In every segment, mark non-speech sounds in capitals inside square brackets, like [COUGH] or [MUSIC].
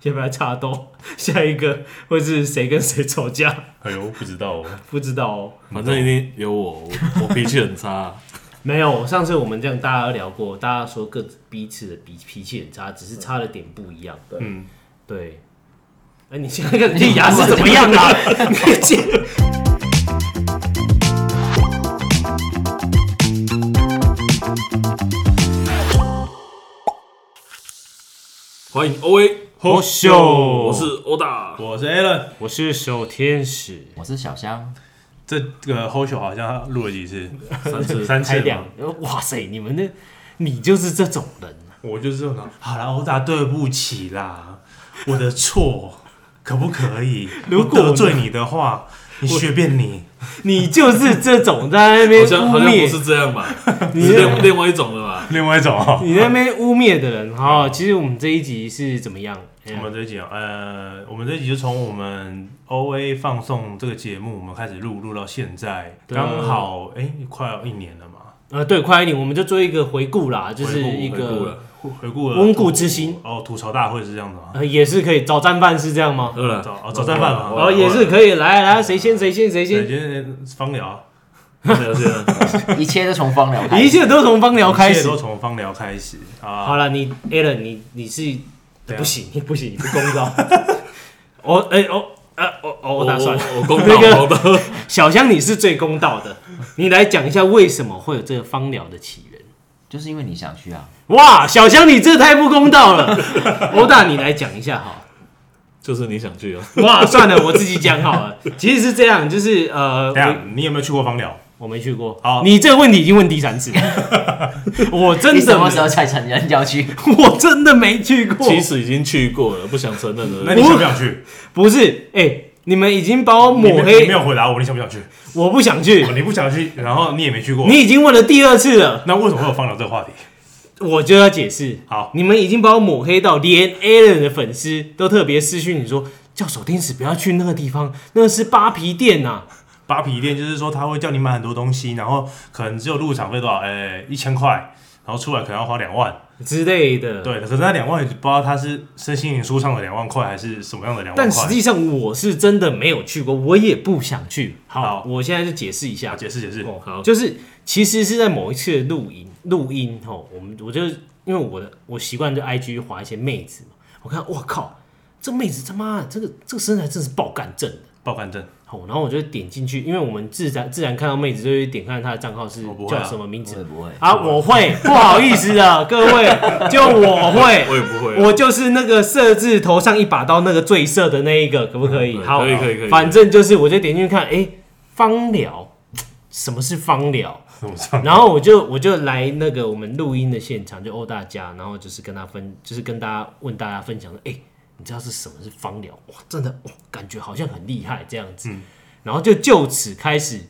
先不要插刀， [LAUGHS] 下一个会是谁跟谁吵架？哎呦，不知道 [LAUGHS] 哦，不知道哦。反正一定有我，我我脾气很差，没有，上次我们这样大家都聊过，大家说各自彼此的脾脾气很差，只是差的点不一样。对，嗯对。哎、你现在看你牙是怎么样 [LAUGHS] 啊？你这欢迎 O A 好秀我是欧大， [LAUGHS] 我是 Alan。我是小天使，我是小香，这个 h o 好像录了几次，三次三开次两吧。，哇塞，你们那，你就是这种人啊、我就是这种好啦，我打对不起啦，我的错，可不 [LAUGHS] 可以？如果我得罪你的话，你随便你。你就是这种在那边好像污好像不蔑，是这样吧？ [LAUGHS] 你是另另外一种的吧？另外一种哦，你那边污蔑的人哈、其实我们这一集是怎么样？ [LAUGHS] 哎我们这一集啊，呃，我们这一集就从我们 O A 放送这个节目，我们开始录，录到现在，对刚好哎、快要一年了嘛，呃，对，快一点，我们就做一个回顾啦，就是回顾一回顾个了，回回顾了温故知新，哦，吐槽大会是这样的吗？呃，也是可以早餐饭是这样吗？喝了，早哦早餐饭嘛，哦，也是可以，来来，谁先谁先谁先，对，今天芳疗，是啊是啊， [LAUGHS] 一切都从方疗开一始。切都从芳疗开一切始都。从芳疗开始啊。好了，你 Alan，你你是怎样不行，你不行，你不公道。我哎我呃我我我打算我我 [LAUGHS] 公那个道公道， [LAUGHS] 小香你是最公道的，你来讲一下为什么会有这个芳疗的起源。就是因为你想去啊，哇，小香你这太不公道了，欧大你来讲一下好了。就是你想去哦，哇，算了，我自己讲好了。其实是这样，就是呃，等一我下，你有没有去过芳疗？我没去过。好你这个问题已经问第三 [LAUGHS] 次了，我真你什的么时候才承认 [LAUGHS] 要去？没我真的没去过。其实已经去过了，不想承认那了。你想不想去？不是，哎、你们已经把我你抹没有你黑没，有回答我，你想不想去？我不想去哦。你不想去，然后你也没去过，你已经问了第二次了， [LAUGHS] 那为什么会有芳疗这个话题？我就要解释。好，你们已经把我抹黑到连 Alan 的粉丝都特别私讯你说，叫手天使不要去那个地方，那个是扒皮店啊呐、扒皮店就是说他会叫你买很多东西，然后可能只有入场费多少，哎，一千块，然后出来可能要花两万。之类的。。对，可是那两万也不知道他是身心灵舒畅的两万块，还是什么样的两万但实块。际上我是真的没有去过，我也不想去。好，好我现在就解释一下啊，。解释解释，哦，好就是其实是在某一次的录音录音哦，我们我就因为我的我习惯就 IG 划一些妹子嘛，我看我靠，这妹子他妈的这个这个身材真是爆干正的。报刊证，好，然后我就点进去，因为我们自然自然看到妹子就会点看她的账号是我不会啊叫什么名不会字不会，啊我会， [LAUGHS] 不好意思啊，各位，就我会，我也不会啊，我就是那个设置头上一把刀那个最色的那一个，可不可以？嗯好，可以可以可以反正就是，我就点进去看，哎，芳 [LAUGHS] 疗，什么是芳疗？什么上？然后我就我就来那个我们录音的现场，就欧大家，然后就是跟他分，就是跟大家问大家分享说，哎，你知道是什么是芳疗？哇，真的，哇，感觉好像很厉害这样子。嗯然后就就此开始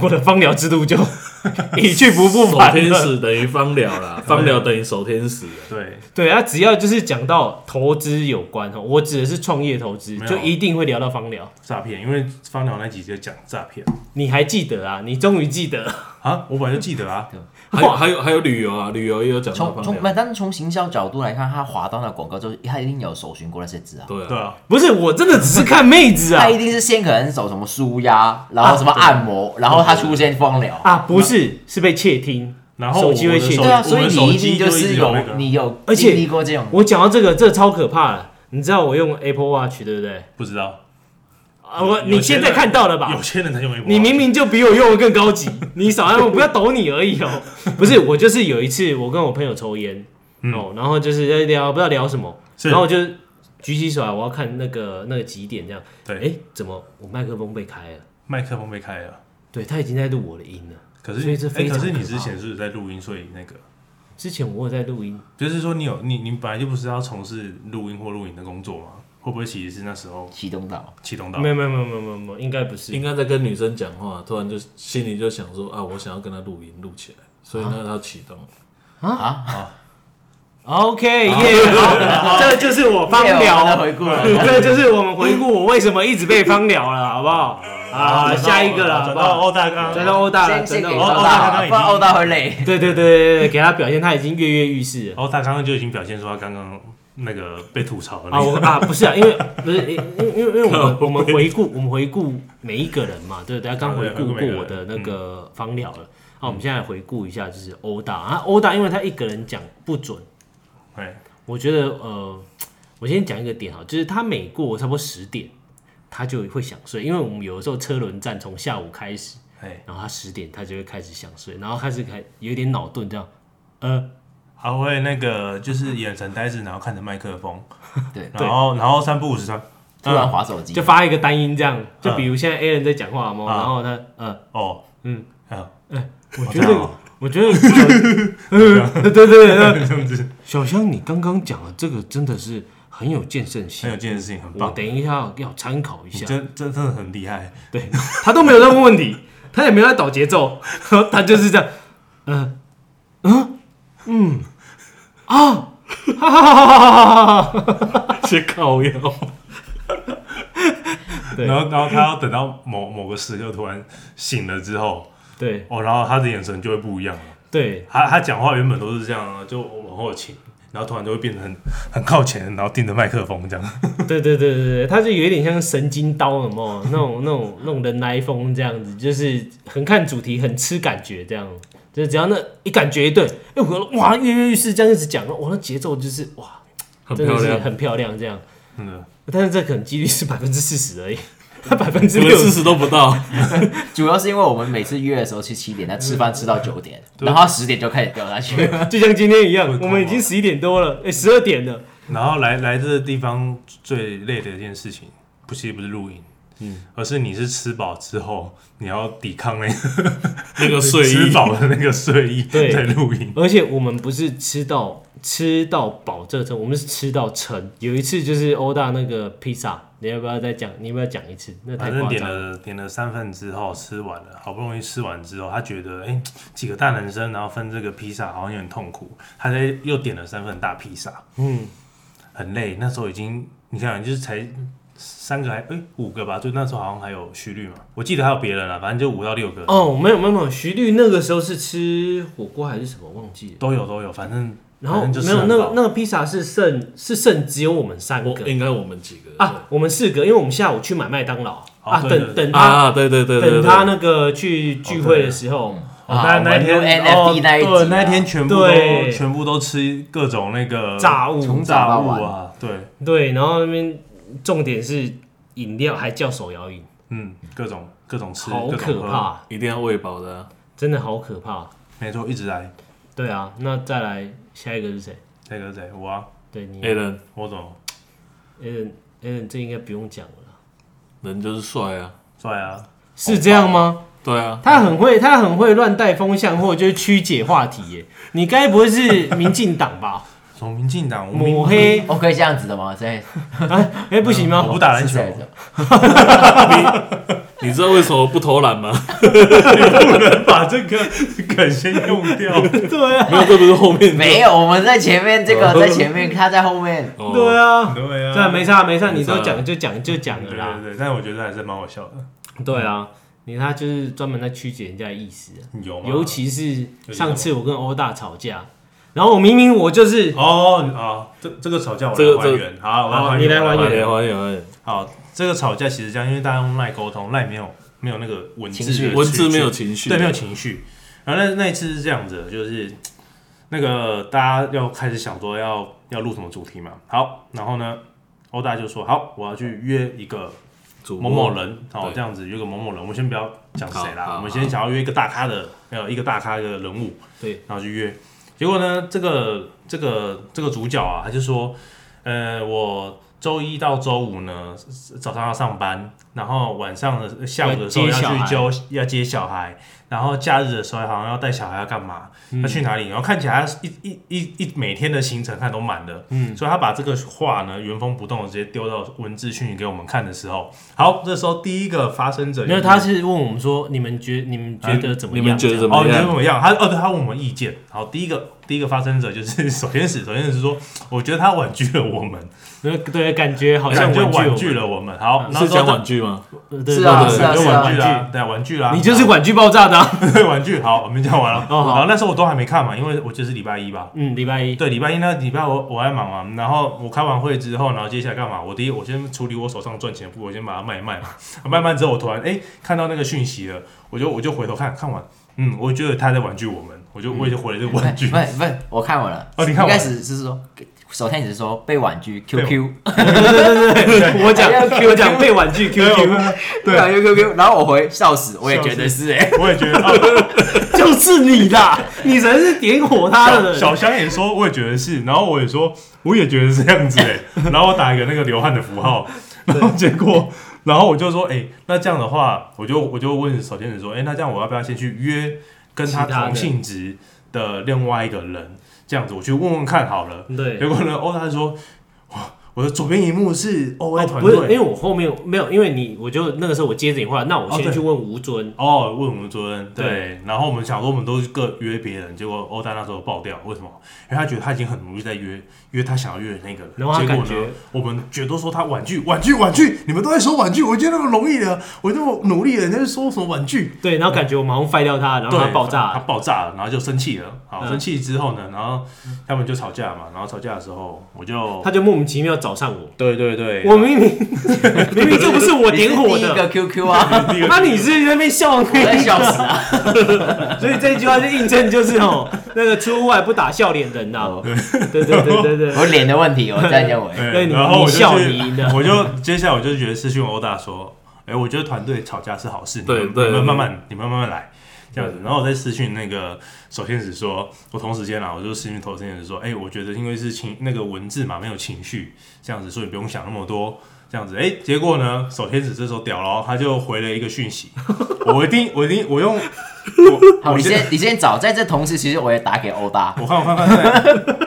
我的芳疗之路就 [LAUGHS] 一去不复手返天了。使等于芳疗啦，芳疗等于手天使，对，对啊，只要就是讲到投资有关哈，我指的是创业投资，没有就一定会聊到芳疗。诈骗，因为芳疗那集就讲诈骗你还记得啊？你终于记得 [LAUGHS] 了，啊，我本来就记得啊，还有还有还有旅游啊，旅游也有讲到从从芳没，疗，但是从行销角度来看，他划到那广告就是他一定有搜寻过那些字啊，对对啊，啊，不是我真的只是看妹子啊他一定是先可能走什么舒压，然后什么按啊摩，然后他出现芳疗。啊，不是是被窃听，然后手机会窃听我的对啊，手所以我你们手一机定就一是直有那个有你有而且经历过这种，我讲到这个，这个超可怕的。你知道我用 Apple Watch 对不对？不知道，啊，我有你现在看到了吧有？些人才用微博，你明明就比我用的更 [LAUGHS] 高级，你少按我不要抖你而已哦。不是，我就是有一次我跟我朋友抽烟、哦，然后就是在聊不知道聊什么，嗯是然后我就举起手来我要看那个那个几点这样，对哎，怎么我麦克风被开了？麦克风被开了，对他已经在录我的音了。可是所以这哎非常可是你可怕之前是不是在录音，所以那个之前我有在录音，就是说你有你你本来就不是要从事录音或录影的工作吗？会不会其实是那时候启动到启动到没有没有没有没有没有没有，应该不是应。该在跟女生讲话，突然就心里就想说啊，我想要跟她录音录起来，所以那她启动。啊， OK，耶，好，这就是我芳疗的回顾了。啊 [LAUGHS] 这就是我们回顾我为什么一直被芳疗了，好不好？啊，下一个了，好转不到好？欧哦大刚，转到欧大了，先转先给到欧欧大。哦哦大，哦不然欧大会累。哦对对对对对，给他表现，他已经跃跃欲试了。欧大刚刚就已经表现出他刚刚那个被吐槽的那啊，个。 [LAUGHS] 我啊不是啊，因为不是因因因为因为我们我们回顾我们回顾每一个人嘛，对不对？刚回顾过我的那个方疗了。啊，我们现在回顾一下，就是欧大啊，欧大，因为他一个人讲不准，哎，我觉得呃，我先讲一个点哈，就是他每过差不多十点，他就会想睡，因为我们有的时候车轮战从下午开始，哎，然后他十点他就会开始想睡，然后开始开有点脑钝这样，呃，他啊会那个就是眼神呆滞，然后看着麦 [LAUGHS] 克风，对，然后然后三不五十三，突然划手机就，发一个单音这样，就比如现在 A 人在讲话嘛，啊然后他呃，哦，嗯嗯，我哦觉这样得哦我觉得小，呃，对对对，呃这样子小香，你刚刚讲的这个真的是很有建设很性有，这件事情，很我棒，等一下要参考一你下。真真真的很厉害，对他都没有在问问题，他也没有在导节奏，他就是这样，嗯、嗯嗯啊，哈哈哈哈哈哈，是靠腰，对然后然后他要等到某某个时刻突然醒了之后，对哦，然后他的眼神就会不一样了。对他他讲话原本都是这样，啊就往后倾，然后突然就会变得很很靠前，然后盯着麦克风这样。 [LAUGHS] 对对对对对，他就有一点像神经刀，有没有那种那种那种人来疯这样子，就是很看主题，很吃感觉这样。就是只要那一感觉一对，哎、我哇跃跃欲试，这样一直讲，哇那节奏就是哇，很真漂的是亮，很漂亮这样。真的，但是这可能几率是百分之四十而已，他百分之这六个四十都不到，主要是因为我们每次约的时候是七点，但吃饭吃到九嗯点，然后十点就开始掉下去。就像今天一样，痛我啊们已经十一点多了，哎，十二点了，然后来来这个地方最累的一件事情，不是不是露营，嗯，而是你是吃饱之后，你要抵抗那个那个睡吃衣饱的那个睡意对在露营。而且我们不是吃到吃到饱这撑，我们是吃到撑。有一次就是欧大那个披萨，你要不要再讲？你要不要讲一次？那太夸反正点张了。了点了三份之后吃完了，好不容易吃完之后，他觉得哎、诶几个大男生然后分这个披萨好像有点痛苦，他在又点了三份大披萨，嗯，很累。那时候已经，你想，就是才三个还哎、五个吧，就那时候好像还有徐律嘛，我记得还有别人啦，反正就五到六个、哦，没有没有没有，徐律那个时候是吃火锅还是什么忘记了。都有都有，反正然后反正就没是有很那饱嗯个那个披萨是剩是剩只有我们三我个应该我们几个啊，我们四个，因为我们下午去买麦当劳哦啊，等对对等对他啊，对对对对，等对他那个去聚会的时候，啊哦那那天我们哦录 NFT 那一集啊对，那天全部都对全部都吃各种那个炸物，从早炸到物晚啊，对，对，然后那边重点是饮料还叫手摇饮，嗯，各种各种吃，好各可种喝，怕，一定要喂饱的啊，真的好可怕。没错，一直来。对啊，那再来下一个是谁？这个谁？我啊，对你 a l n 我怎么，Allen Allen，这应该不用讲了啦，人就是帅啊，帅啊？是这样吗？对啊，他很会，他很会乱带风向，或者就是曲解话题耶。你该不会是民进党吧？什么民进党？ [LAUGHS] 我民抹黑？我可以这样子的吗？现在哎、不行嗯我吗不？打篮是球这，样子你知道为什么不投篮吗？把这个梗先用掉。对啊，没有，这不是后面的没有，我们在前面，这呃个在前面，他在后面。哦对啊，对啊，对啊，没差没差，没你差都讲就讲就讲了对啦对。对，但是我觉得还是蛮好笑的。对啊，你看他就是专门在曲解人家的意思啊、有吗？尤其是上次我跟欧大吵架，然后我明明我就是哦啊，这这个吵架我这来个还原，好，我来好还原，你来我还欢原迎欢迎欢迎，好，这个吵架其实这样，因为大家用赖沟通，赖没有没有那个文字情绪的文字没有情绪，啊对，没有情绪。然后那那一次是这样子的，就是那个大家要开始想说要要录什么主题嘛。好，然后呢，欧大就说好，我要去约一个主某播某人，好对这样子约个某某人，我们先不要讲谁好啦，好我们先想要约一个大咖的，呃，一个大咖的人物，对，然后去约。结果呢，这个这个这个主角啊，他就说，呃，我周一到周五呢早上要上班，然后晚上的呃下午的时候要要接小去孩教要接小孩，然后假日的时候好像要带小孩要干嘛，嗯要去哪里，然后看起来他一一一一每天的行程看都满的，嗯，所以他把这个话呢原封不动的直接丢到文字讯息给我们看的时候，好，这时候第一个发生者没有就是他是问我们说，你们觉你们觉得怎么你样？们觉得这样怎么哦，你觉得样？怎么样？他哦，对，他问我们意见。好，第一个第一个发生者就是首先是首先是说，我觉得他婉拒了我们，那对，感觉好像感觉婉婉拒拒嗯了我们。好，那是时候讲婉拒吗？了，对是啊对是对啊就婉拒是啦啊，对，婉拒啦。你就是婉拒爆炸的啊。对 [LAUGHS] 婉拒。好，我们讲完了。哦好然后那时候我都还没看嘛，因为我就是礼拜一吧。嗯，礼拜一，对，礼拜一那礼拜我我还忙嘛，然后我开完会之后，然后接下来干嘛？我第一我先处理我手上赚钱的部，我先把它卖一卖嘛。 [LAUGHS] 卖卖之后，我突然哎、看到那个讯息了，我就我就回头看看完，嗯，我觉得他在婉拒我们，我就我也就回了这个婉拒不。是不是，我看完了。哦你看完了一开始是说，首先你是说被婉拒被 QQ， [LAUGHS] 我讲还要我讲被婉拒 QQ，被婉拒 QQ，然后我回笑死，我也觉得是哎， [LAUGHS] 我也觉得，哦、就是你啦， [LAUGHS] 你才是点火他的小人。小香也说，我也觉得是，然后我也说，我也觉得是这样子哎、 [LAUGHS] 然后我打一个那个流汗的符号，然后结果，然后我就说，哎、那这样的话，我就我就问小天子说，哎、那这样我要不要先去约跟他其他的同性质的另外一个人，这样子我去问问看好了。对结，果呢，欧他说，哇， [LAUGHS] 我的左边一幕是 O A 哦，团不是，因为队，我后面没有，因为你，我就那个时候我接着你话，那我哦对先去问吴尊，哦，问我们主任对对，然后我们想说我们都各约别人，结果欧丹那时候爆掉，为什么？因为他觉得他已经很努力在约约他想要约的那个人，然后他结果感呢觉，我们觉得都说他婉拒，婉拒，婉拒，你们都在说婉拒，我觉得那么容易的，我这么努力了，人家就说什么婉拒？对，然后感觉我们好像废掉他，然后对他爆炸他了，爆炸了，然后就生气了。好，嗯生气之后呢，然后他们就吵架嘛，然后吵架的时候，我就他就莫名其妙找上我，对对对， [LAUGHS] 我明明明明就不是我你点是火第一个的， QQ 啊，第一个那你是在那边笑我在那笑 [LAUGHS] 死啊，个， [LAUGHS] 所以这句话就印证就是哦， [LAUGHS] 那个出外不打笑脸人呐，对对对对 [LAUGHS] 对，我脸的问题，我在认为。对对你然后我你就笑去你赢了我就接下来我就觉得是讯欧大说，哎、我觉得团队吵架是好事，你对们对你对们慢慢，你们慢慢来。这样子，然后我在私讯那个首先是说，我同时间啦，啊我就私讯头先是说，哎、我觉得因为是情那个文字嘛，没有情绪，这样子，所以不用想那么多，这样子，哎、结果呢，首天子这时候屌了，哦他就回了一个 [LAUGHS] 讯息，我一定，我一定，我用，我好，我你先，哦先你先找，在这同时，其实我也打给欧大，我看我看看看，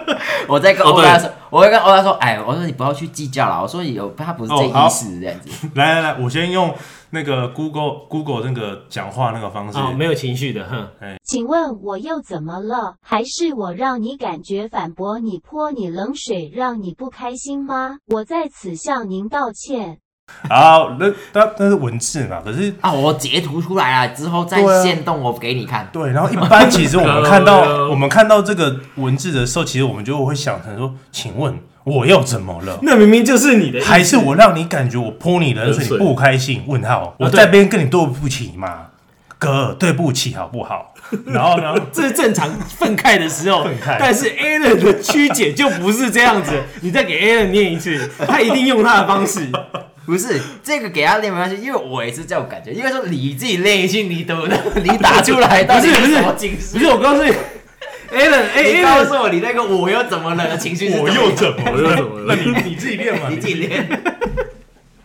我在跟哦欧大说，我会跟欧大说，哎，我说你不要去计较了，我说有他不是这哦好意思这样子，来来来，我先用那个 Google Google 那个讲话那个方式，啊，没有情绪的，哼，请问我又怎么了？还是我让你感觉反驳你、泼你冷水，让你不开心吗？我在此向您道歉。好，那那那是文字嘛，可是啊，我截图出来了之后再对啊现动我给你看，对，然后一般其实我们看 [LAUGHS] 对到啊我们看到这个文字的时候，其实我们就会想成说，请问我又怎么了？那明明就是你的意思，还是我让你感觉我泼你冷冷水，你水不开心？问号，我啊对在边跟你对不起嘛，哥，对不起好不好？然后呢？这是正常 [LAUGHS] 愤慨的时候愤慨，但是 Alan 的曲解就不是这样 [LAUGHS] 子。你再给 Alan 念一次，他一定用他的方 [LAUGHS] 式。不是这个给他练没关系，因为我也是这种感觉，因为说你自己练一句，你懂的， [LAUGHS] 你打出来到不是底不什是么情绪？不是，我告诉你，Alan，哎你告 Alan，诉我你那个我又怎么了的情绪是怎么样？怎么我 [LAUGHS] 又怎么 [LAUGHS] 了？那你你自己练嘛，你自己练， [LAUGHS]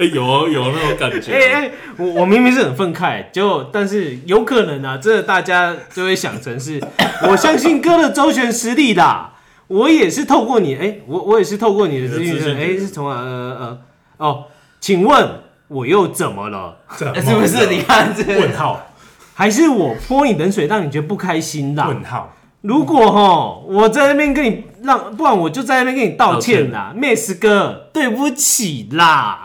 哎，有哦有那种感哎觉。哎，我我明明是很愤慨，就但是有可能啊，这大家就会想成是，我相信哥的周旋实力啦，我也是透过你，哎、我我也是透过你的资你的资讯，讯哎、是从哪呃呃哦，请问我又怎么了？怎么了是不是？ [LAUGHS] 你看这问号还是我泼你冷水，让你觉得不开心啦？问号，如果哈，我在那边跟你让，不然我就在那边跟你道歉啦，Miss 哥，对不起啦。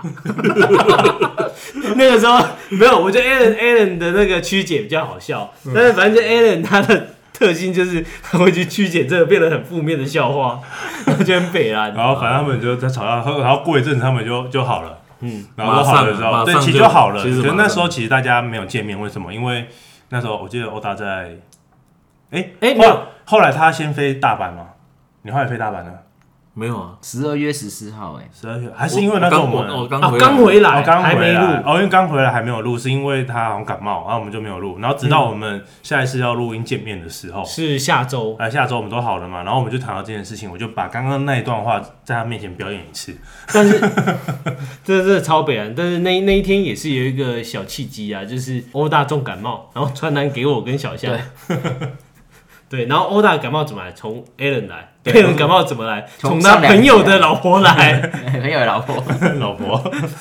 [LAUGHS] 那个时候没有，我觉得 Alan Alan 的那个曲解比较好笑，但是反正就 Alan 他的特性就是 [LAUGHS] 他会去曲解这个变得很负面的笑话，我觉得很北蓝。然后反正他们就在吵架，后然后过一阵子他们就就好了，嗯，然后马都好上了之后，马对，上其实就就好了。其实可是马那上时候其实大家没有见面，为什么？因为那时候我记得欧达在，哎哎后没来有后来他先飞大阪嘛，你后来飞大阪了，没有啊，十二月十四号，哎，十二月还是因为那时候我们我哦刚啊，来刚回来，刚还回没来录，哦，因为刚回来还没有录，是因为他好像感冒，然后我们就没有录。然后直嗯到我们下一次要录音见面的时候，是下周。哎，下周我们都好了嘛，然后我们就谈到这件事情，我就把刚刚那一段话在他面前表演一次。但是这这超北蓝，但是那那一天也是有一个小契机啊，就是欧大重感冒，然后 [LAUGHS] 传单给我跟小夏。对，然后欧大感冒怎么来？从 Alan 来，配人感冒怎么来？从从他上两朋友集啊的老婆来。 [LAUGHS] 很哎有老婆。 [LAUGHS] 老婆，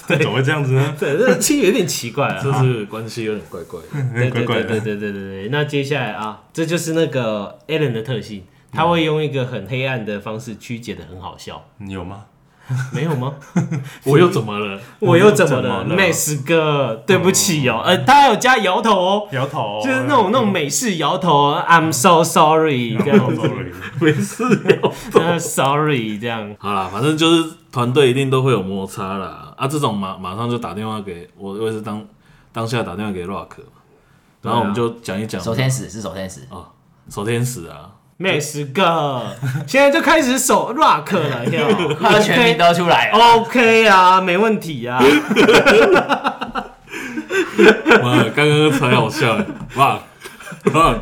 怎么会这样子呢？对，这其实有点奇怪啊。这是关系有点怪怪的。对怪对怪对对的。对对对对。那接下来啊，这就是那个 Alan 的特性，他会用一个很黑暗的方式曲解的很好笑，你有吗？没有吗？ [LAUGHS] 我又怎么了？ [LAUGHS] 我又怎 [LAUGHS] 么了怎么了，Max 哥？对不起哦，呃，他还有加摇头哦，摇头，就是那种那嗯种美式摇头，I'm so [LAUGHS] sorry 这 [LAUGHS] 样子 Sorry 没事。呃，sorry 这样。好啦，反正就是团队一定都会有摩擦啦。啊，这种马马上就打电话给我，我也是当当下打电话给 Rock，然后我们就讲一讲守天使是守天使，啊，守天使啊， Max 哥，现在就开始手 rock 了，你知道吗 [LAUGHS] 他的全名都出来哦了。 OK 啊，没问题啊。哇，刚刚才好笑欸， [LAUGHS] 哇哇，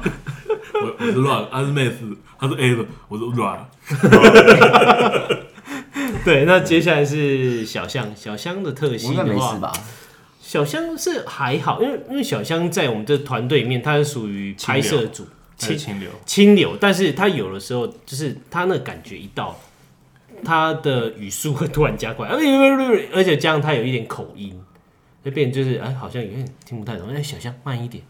我我是 Rock，他是 Max，他是 A 的，我是 Rock，对，那接下来是小象，小象的特我性应该的没话事，吧？小香是还好，因为因为小香在我们的团队里面，他是属于拍摄组还有清清流，清流，但是他有的时候就是他那感觉一到，他的语速会突然加快，而且而且加上他有一点口音，就变成就是哎，好像有点听不太懂。哎，小香慢一点，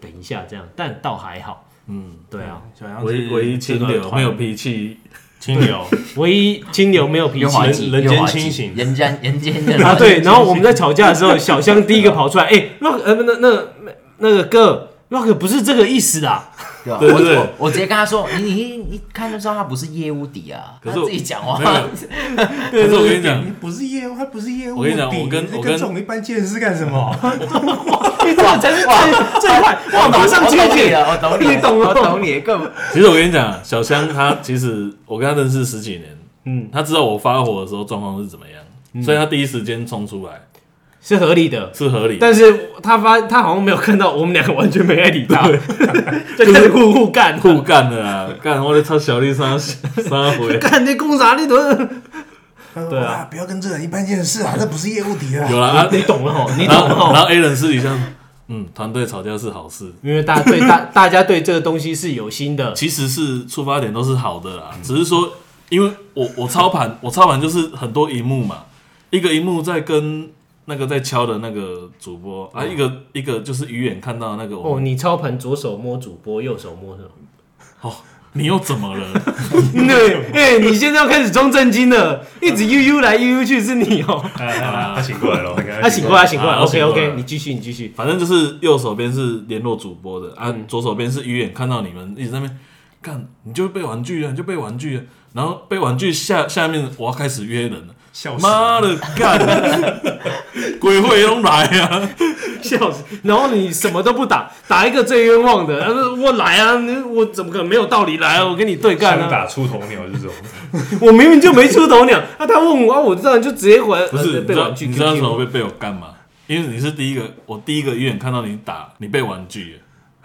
等一下这样，但倒还好。嗯，对啊，小杨唯是唯一这清个流，团没有脾气，清流，唯一清流没有脾润气滑剂，人人间润滑剂清醒人间人间的啊，对。然后我们在吵架的时候，小香第一个跑出来，哎，啊那呃那那那个哥，Rock 不是这个意思啊啦。对吧对对对我我我直接跟他说，你你你看就知道他不是业务底啊，可他是我自己讲话 [LAUGHS] 没。 [LAUGHS] 有。可是我跟你讲，不是业务，他不是业务我跟你讲我跟我跟一般见识干什么？哇，真是哎哇，最快哇，马上接 [LAUGHS] 我懂你解了，我懂你了，你懂了我懂你了，更其实我跟你讲，小香她其实我跟她认识十几年，嗯嗯，她知道我发火的时候状况是怎么样，所以她第一时间冲出来 [LAUGHS] 是合理的。是合理的。但是他发他好像没有看到我们两个完全没在理他， [LAUGHS] 就开始互互干互干的啦，干我在操小 [LAUGHS] 丽三三回，干那工啥 [LAUGHS] 你都对啊，不要跟这人一般见识啊，这不是业务敌啊。有啦，啊你懂了吼，你懂然后 [LAUGHS] 了然吼，后 A 人私底下，嗯，团队吵架是好事，因为大家对大大家对这个东西是有心的，其实是出发点都是好的嗯啦，只是说因为我我操盘，我操盘就是很多荧幕嘛，一个荧幕在跟。那个在敲的那个主播啊，一个一个就是鱼眼看到那个哦，我，你操盘左手摸主播，右手摸什么？哦，你又怎么了？对，哎，你现在要开始装正经了，一直悠悠来悠悠去是你哦。啊他醒过来了，他醒过来，哎醒过来啊他，OK 醒过来 OK，了你继续，你继续。反正就是右手边是联络主播的啊，左手边是鱼眼看到你们一直在那边干，你就被玩具啊，你就被玩具啊，然后被玩具下下面我要开始约人了，笑死了。妈的干， [LAUGHS] 鬼会都来啊！笑死！然后你什么都不打，打一个最冤枉的。他说：“我来啊，你我怎么可能没有道理来啊？我跟你对干想啊！打出头鸟这种， [LAUGHS] 我明明就没出头鸟。”啊，他问我，啊，我当然就直接回来。 [LAUGHS] 不是，呃你被知道玩具你知道为什么 QQ。被被我干嘛？因为你是第一个，我第一个鱼眼看到你打，你被玩具，啊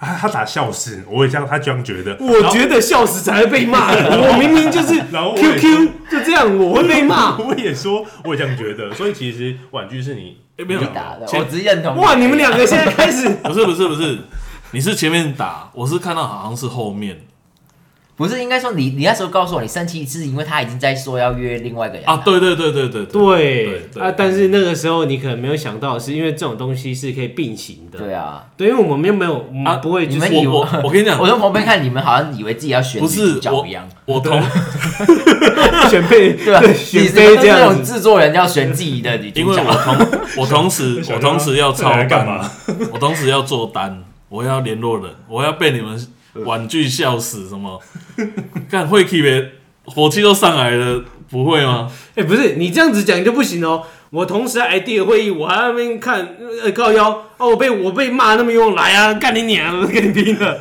他他打笑死，我也这样，他这样觉得。我觉得笑死才会被骂的。我明明就是然后我也。QQ，就这样，我会被骂 [LAUGHS] 我也说，我也这样觉得。所以其实婉拒是你哎，没有你打的，前我只是认同。哇，你们两个现在开始，不是不是不是，你是前面打，我是看到好像是后面不是应该说你你那时候告诉我你生气是因为他已经在说要约另外一个人啊，了，对对对对对对 [LAUGHS] 对对啊，但是那个时候你可能没有想到，是因为这种东西是可以并行的。对啊，对，因为我们又没有，我啊们不会就是你们以为我我我跟你讲 [LAUGHS] 我从旁边看你们好像以为自己要选不是女主角我一样，我同。选配，对吧？选你你妃们这都是那样种子。制作人要选自己的女因主为角我，同 [LAUGHS] 我同 [LAUGHS] 时我同时要这操来干办，嘛？ [LAUGHS] 我同时要做单，我要联络人，我要被你们 [LAUGHS] 婉拒笑死什么？干会气呗，火气都上来了，不会 [LAUGHS] 吗？ [LAUGHS] 哎、不是你这样子讲就不行哦。我同时 idea 会议，我还在那边看呃靠腰哦，我被我被骂那么用来啊，干你娘，我跟你拼了。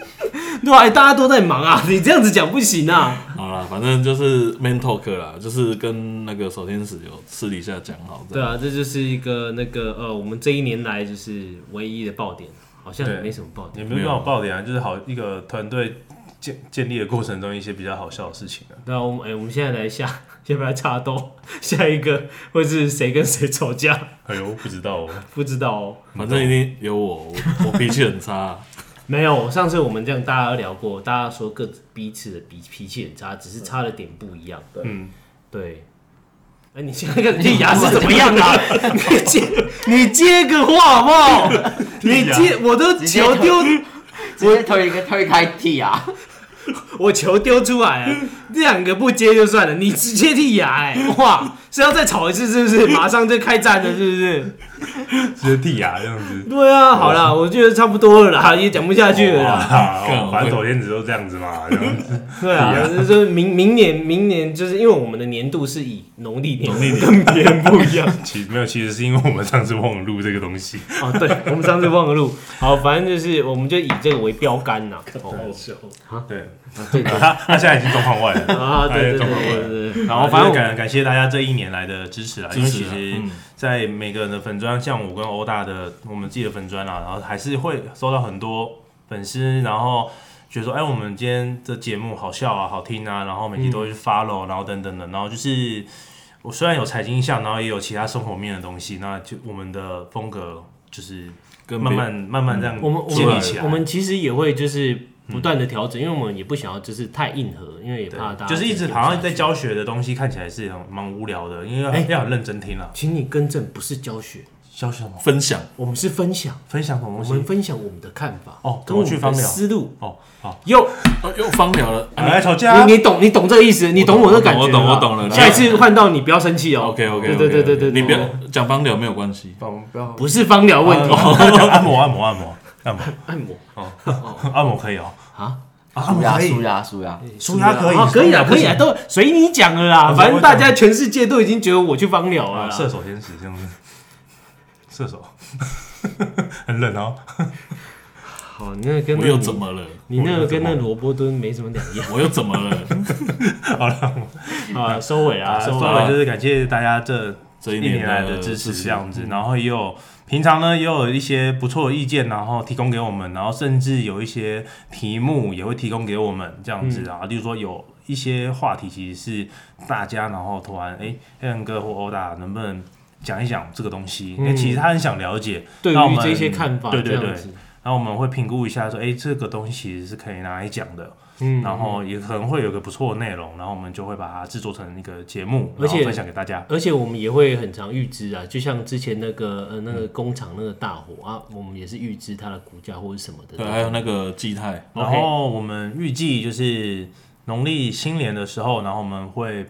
[LAUGHS] 对啊、哎大家都在忙啊，你这样子讲不行啊。好啦，反正就是 man talk 啦，就是跟那个守天使有私底下讲好这对样。啊，这就是一个那个呃，我们这一年来就是唯一的爆点，好像也没什么爆你点。们有没有爆点啊，就是好一个团队建建立的过程中一些比较好笑的事情啊。对啊，我们哎、我们现在来下，要不要插兜？下一个会是谁跟谁吵架？哎呦，不知道哦，不知道哦。 [LAUGHS] 反正一定有我，我我脾气很差，没有，上次我们这样大家聊过，大家说各自彼此的脾脾气很差，只是差的点不一样。对，嗯对。哎，你现在看你这牙是怎么样啊？你接 [LAUGHS] 你接个话好不好？你接我都球丢， [LAUGHS] 直接推一个推开 T 啊，我球丢出来了，这两个不接就算了，你直接剔牙哎、哇，是要再吵一次是不是？马上就开战了是不是？ [LAUGHS] 直接剃牙这样子。 [LAUGHS] 对啊，好啦，我觉得差不多了啦，也讲不下去了啦。哇干哦反正左天子都这样子嘛，这样子。对啊，就哎是明明年明年就是因为我们的年度是以农历年农历 [LAUGHS] 年跟别人不一样 [LAUGHS] 其实没有，其实是因为我们上次忘了录这个东西。哦。对，我们上次忘了录，好，反正就是我们就以这个为标杆呐。哦，对，啊对对 [LAUGHS] 他他现在已经状况外了啊，对对他现在状况外对哎了。对对， [LAUGHS] 然后反正感感谢大家这一年来的支持啊，因为支其持啊实嗯，在每个人的粉砖，像我跟欧大的我们自己的粉砖啊，然后还是会收到很多粉丝，然后觉得说，哎，我们今天这节目好笑啊，好听啊，然后每集都会去 follow，、然后等等的，然后就是。我虽然有财经项，然后也有其他生活面的东西，那就我们的风格就是跟慢别慢慢慢这样嗯我们我建立们起来。嗯我们其实也会就是不断的调整，因为我们也不想要就是太硬核，因为也怕大家就是一直听不好像下在去。教学的东西看起来是很蛮无聊的，因为要、哎要很认真听啊了。请你更正，不是教学，教学什么？分享，我们是分享，分享什么我东们西？分享我们的看法哦跟我怎么去们方的疗思路。哦，好，又哦又方聊了。哎来来吵架啊。 [LAUGHS] 你你懂你懂这个意思，你懂我的感觉吧，我懂我懂了下一次换到你不要生气哦。 OK OK，对对对对对，对你不要讲方聊没有关系，不要不是方疗问题，按摩按摩按摩按摩 [LAUGHS] 按摩按摩可以哦。啊，啊按舒摩压可以舒，压舒压，舒压可以啊，可以啦，可以啦，都都随你讲了啦，我反正大家全世界都已经觉得我去方疗了啦。啊射手天使这样子， [LAUGHS] 射手 [LAUGHS] 很冷哦。好，你那个跟我那又怎么了？你那个跟那萝卜蹲没什么两样我又怎么 [LAUGHS] 了？好了，啊，收尾啊，啊，收收尾尾啊。就是感谢大家这这一一年来来的支持这样子，嗯子，然后也有平常呢也有一些不错的意见，然后提供给我们，然后甚至有一些题目也会提供给我们这样嗯子啊，例如说有一些话题其实是大家然后突然哎，黑人哥或欧大能不能讲一讲这个东西？因为其实嗯他很想了解，对那我于们这些看法，对对这对样子，然后我们会评估一下说，哎，这个东西其实是可以拿来讲的。嗯然后也可能会有个不错的内容，然后我们就会把它制作成一个节目，而然后且分享给大家。而且我们也会很常预知啊，就像之前那个呃那个工厂那个大火啊，我们也是预知它的股价或者什么的。对，还有那个季泰，然后我们预计就是农历新年的时候，然后我们会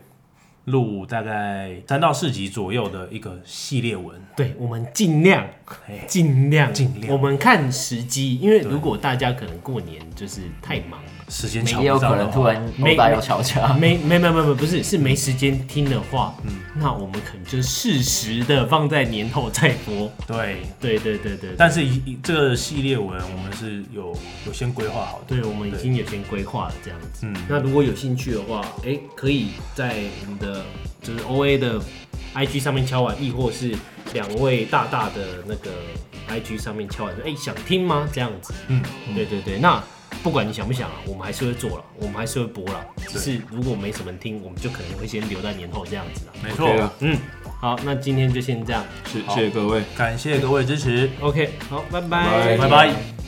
录大概三到四集左右的一个系列文。对，我们尽量嘿，尽量，尽量我们看时机，因为如果大家可能过年就是太忙，时间哎抢也有不到可的能话突然没殴打要吵架，没没没没没，不是，是没时间听的话，嗯那我们可能就适时的放在年后再播。哦对，对对对对，嗯但是一这个系列文我们是有有先规划好的。嗯对我们已经有先规划了这样子。嗯那如果有兴趣的话，哎、可以在我们的就是 O A 的 I G 上面敲完，亦或是两位大大的那个 I G 上面敲完说，哎、想听吗？这样子。嗯，对对对，那不管你想不想啊，我们还是会做了，我们还是会播了。只是如果没什么人听，我们就可能会先留在年后这样子啦。没 OK 错了。嗯，好，那今天就先这样。谢谢谢各位。感谢各位支持， OK，好，拜拜拜拜拜。